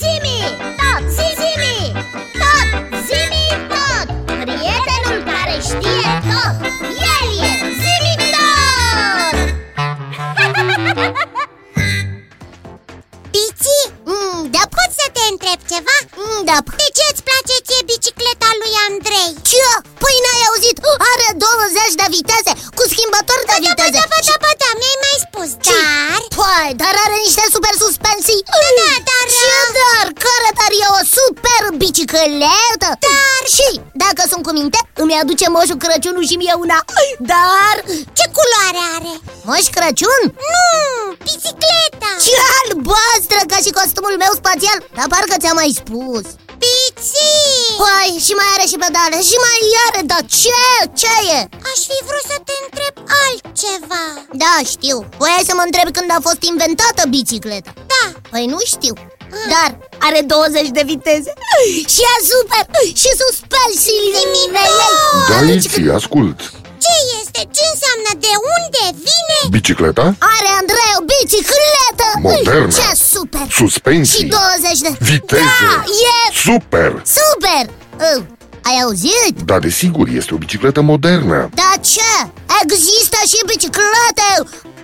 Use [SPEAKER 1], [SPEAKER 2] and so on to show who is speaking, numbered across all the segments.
[SPEAKER 1] Zimi, tot, zimi, tot, zimi, tot Prietenul care știe tot, el e zimi tot Bici, da pot să te întreb ceva? Da De ce îți place ție bicicleta lui Andrei? Ce? Păi n-ai auzit? Are 20 de viteze, cu schimbător de viteze Da, da, da, da, da, mi-ai mai spus, dar... Păi, dar are niște super suspensii Da, da, dar... Ce dar? Care dar e o super bicicletă? Dar... Și, dacă sunt cu minte, îmi aduce moșul Crăciunul și mie una Dar... Ce culoare are? Moș Crăciun? Nu, bicicleta Ce albastră, ca și costumul meu spațial Dar parcă ți-am mai spus Piții! Păi, și mai are și pedale, și mai are, dar ce? Ce e? Aș fi vrut să te întreb altceva Da, știu Voiai să mă întreb când a fost inventată bicicleta Da Păi nu știu Dar are 20 de viteze Și e super Și suspensiile ei
[SPEAKER 2] Galiții, Da, ascult!
[SPEAKER 1] Ce este? Ce înseamnă? De unde vine?
[SPEAKER 2] Bicicleta,
[SPEAKER 1] Are Andrei o bicicletă
[SPEAKER 2] Modernă.
[SPEAKER 1] Ce super Și
[SPEAKER 2] suspensii,
[SPEAKER 1] 20 de
[SPEAKER 2] Viteze.
[SPEAKER 1] Da, e
[SPEAKER 2] super!
[SPEAKER 1] super uh, Ai auzit?
[SPEAKER 2] Da, desigur, este o bicicletă modernă.
[SPEAKER 1] Da ce? Există și biciclete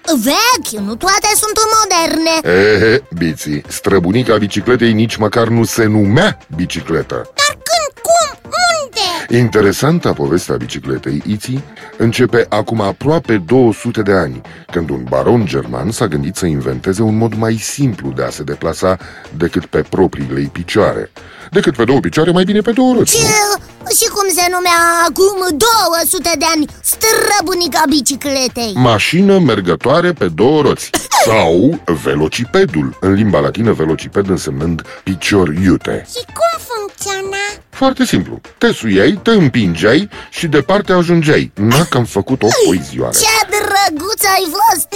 [SPEAKER 1] vechi Nu toate sunt moderne
[SPEAKER 2] Ehe, biții, străbunica bicicletei nici măcar nu se numea bicicletă.
[SPEAKER 1] Dar când, cum, unde?
[SPEAKER 2] Interesanta povestea bicicletei Iții începe acum aproape 200 de ani, când un baron german s-a gândit să inventeze un mod mai simplu de a se deplasa decât pe propriile ei picioare. Decât pe două picioare, mai bine pe două roți.
[SPEAKER 1] Și,
[SPEAKER 2] nu?
[SPEAKER 1] și cum se numea acum 200 de ani străbunica bicicletei?
[SPEAKER 2] Mașină mergătoare pe două roți Sau velocipedul În limba latină velociped însemnând picior iute
[SPEAKER 1] Și cum funcționa?
[SPEAKER 2] Foarte simplu Te suiai, te împingeai și departe ajungeai N-a că am făcut o poezioară
[SPEAKER 1] Ce drăguț ai fost!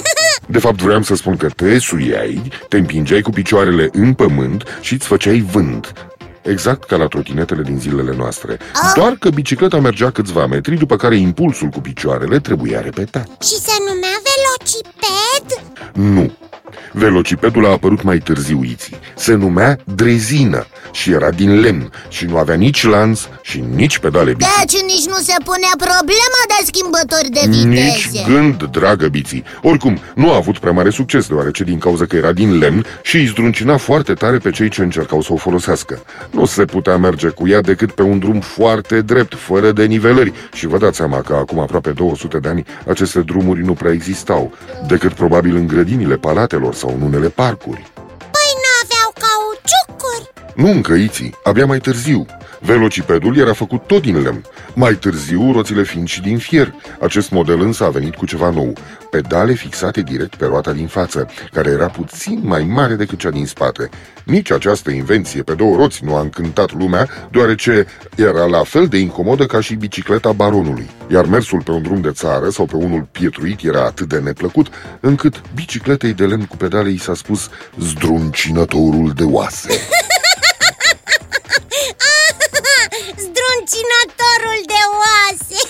[SPEAKER 2] De fapt vreau să spun că te suiai Te împingeai cu picioarele în pământ Și îți făceai vânt Exact ca la trotinetele din zilele noastre Doar că bicicleta mergea câțiva metri După care impulsul cu picioarele trebuia repetat
[SPEAKER 1] și se numea velociped?
[SPEAKER 2] Nu. Velocipedul a apărut mai târziu Iții. Se numea drezină și era din lemn și nu avea nici lanț și nici pedale bici.
[SPEAKER 1] Deci nici nu se punea problema de schimbători de
[SPEAKER 2] Nici
[SPEAKER 1] viteze
[SPEAKER 2] gând, dragă biții. Oricum, nu a avut prea mare succes, deoarece din cauza că era din lemn și îi zdruncina foarte tare pe cei ce încercau să o folosească. Nu se putea merge cu ea decât pe un drum foarte drept, fără denivelări. Și vă dați seama că acum aproape 200 de ani aceste drumuri nu prea existau, decât probabil în grădinile palatelor sau în unele parcuri.
[SPEAKER 1] Păi n-aveau cauciucuri
[SPEAKER 2] Nu încă iții, abia mai târziu. Velocipedul era făcut tot din lemn, mai târziu roțile fiind și din fier. Acest model însă a venit cu ceva nou, pedale fixate direct pe roata din față, care era puțin mai mare decât cea din spate. Nici această invenție pe două roți nu a încântat lumea, deoarece era la fel de incomodă ca și bicicleta baronului. Iar mersul pe un drum de țară sau pe unul pietruit era atât de neplăcut, încât bicicletei de lemn cu pedale i s-a spus zdruncinătorul de oase.
[SPEAKER 1] Zdruncinatorul de oase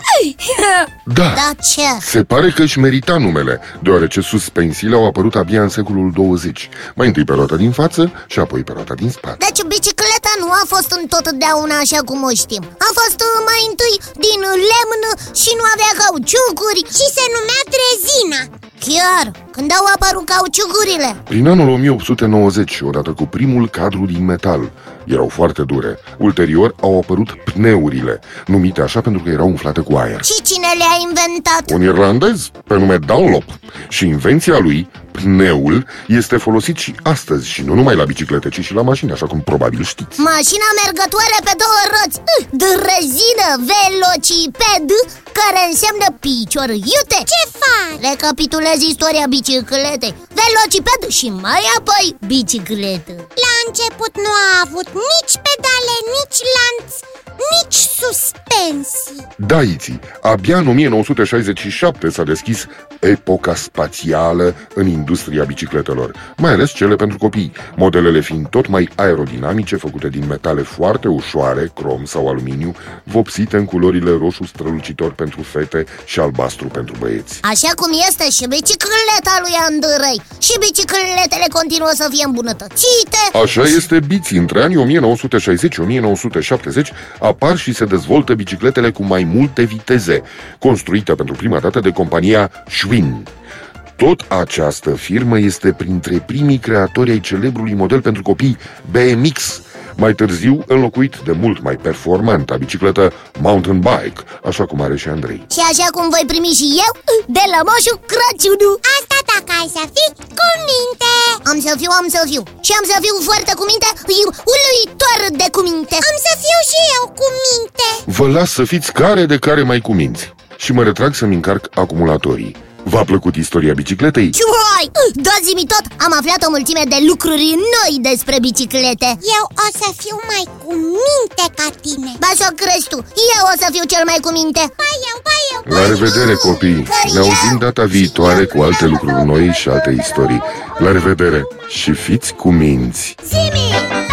[SPEAKER 2] Da,
[SPEAKER 1] Da ce?
[SPEAKER 2] Se pare că își merita numele, deoarece suspensiile au apărut abia în secolul 20, mai întâi pe roata din față și apoi pe roata din spate.
[SPEAKER 1] Deci bicicleta nu a fost întotdeauna așa cum o știm A fost uh, mai întâi din lemn și nu avea cauciucuri Și se numea trezina Chiar, când au apărut cauciucurile
[SPEAKER 2] Prin anul 1890, odată cu primul cadru din metal, erau foarte dure. Ulterior au apărut pneurile, numite așa pentru că erau umflate cu aer.
[SPEAKER 1] Și cine le-a inventat?
[SPEAKER 2] Un irlandez pe nume Dunlop și invenția lui, pneul, este folosit și astăzi și nu numai la biciclete, ci și la mașini, așa cum probabil știți.
[SPEAKER 1] Mașina mergătoare pe două roți Drăzină, velociped Care înseamnă picior iute Ce faci? Recapitulez istoria bicicletei Velociped și mai apoi bicicletă La început nu a avut nici pedale, nici lanț nici suspensii
[SPEAKER 2] Da, Iții, abia în 1967 s-a deschis epoca spațială în industria bicicletelor, mai ales cele pentru copii, modelele fiind tot mai aerodinamice, făcute din metale foarte ușoare, crom sau aluminiu, vopsite în culorile roșu strălucitor pentru fete și albastru pentru băieți.
[SPEAKER 1] Așa cum este și bicicleta lui Andrei Și bicicletele continuă să fie îmbunătățite
[SPEAKER 2] Așa este biți. Între anii 1960-1970 apar și se dezvoltă bicicletele cu mai multe viteze, construite pentru prima dată de compania Schwinn. Tot această firmă este printre primii creatori ai celebrului model pentru copii BMX, mai târziu înlocuit de mult mai performanta bicicletă mountain bike, așa cum are și Andrei.
[SPEAKER 1] Și așa cum voi primi și eu De la moșul Crăciunu Asta dacă ai să fii cu minte Am să fiu, am să fiu Și am să fiu foarte cu minte eu, Uluitor de cu minte Am să fiu și eu cu minte
[SPEAKER 2] Vă las să fiți care de care mai cuminți și mă retrag să-mi încarc acumulatorii. V-a plăcut istoria bicicletei?
[SPEAKER 1] Ciuai! Dați-mi tot! Am aflat o mulțime de lucruri noi despre biciclete Eu o să fiu mai cu minte ca tine Ba să crezi tu, eu o să fiu cel mai cu minte Ba eu, ba eu,
[SPEAKER 2] La revedere, copii! Ne auzim data viitoare cu alte lucruri noi și alte istorii. La revedere și fiți cuminți!
[SPEAKER 1] Zimi!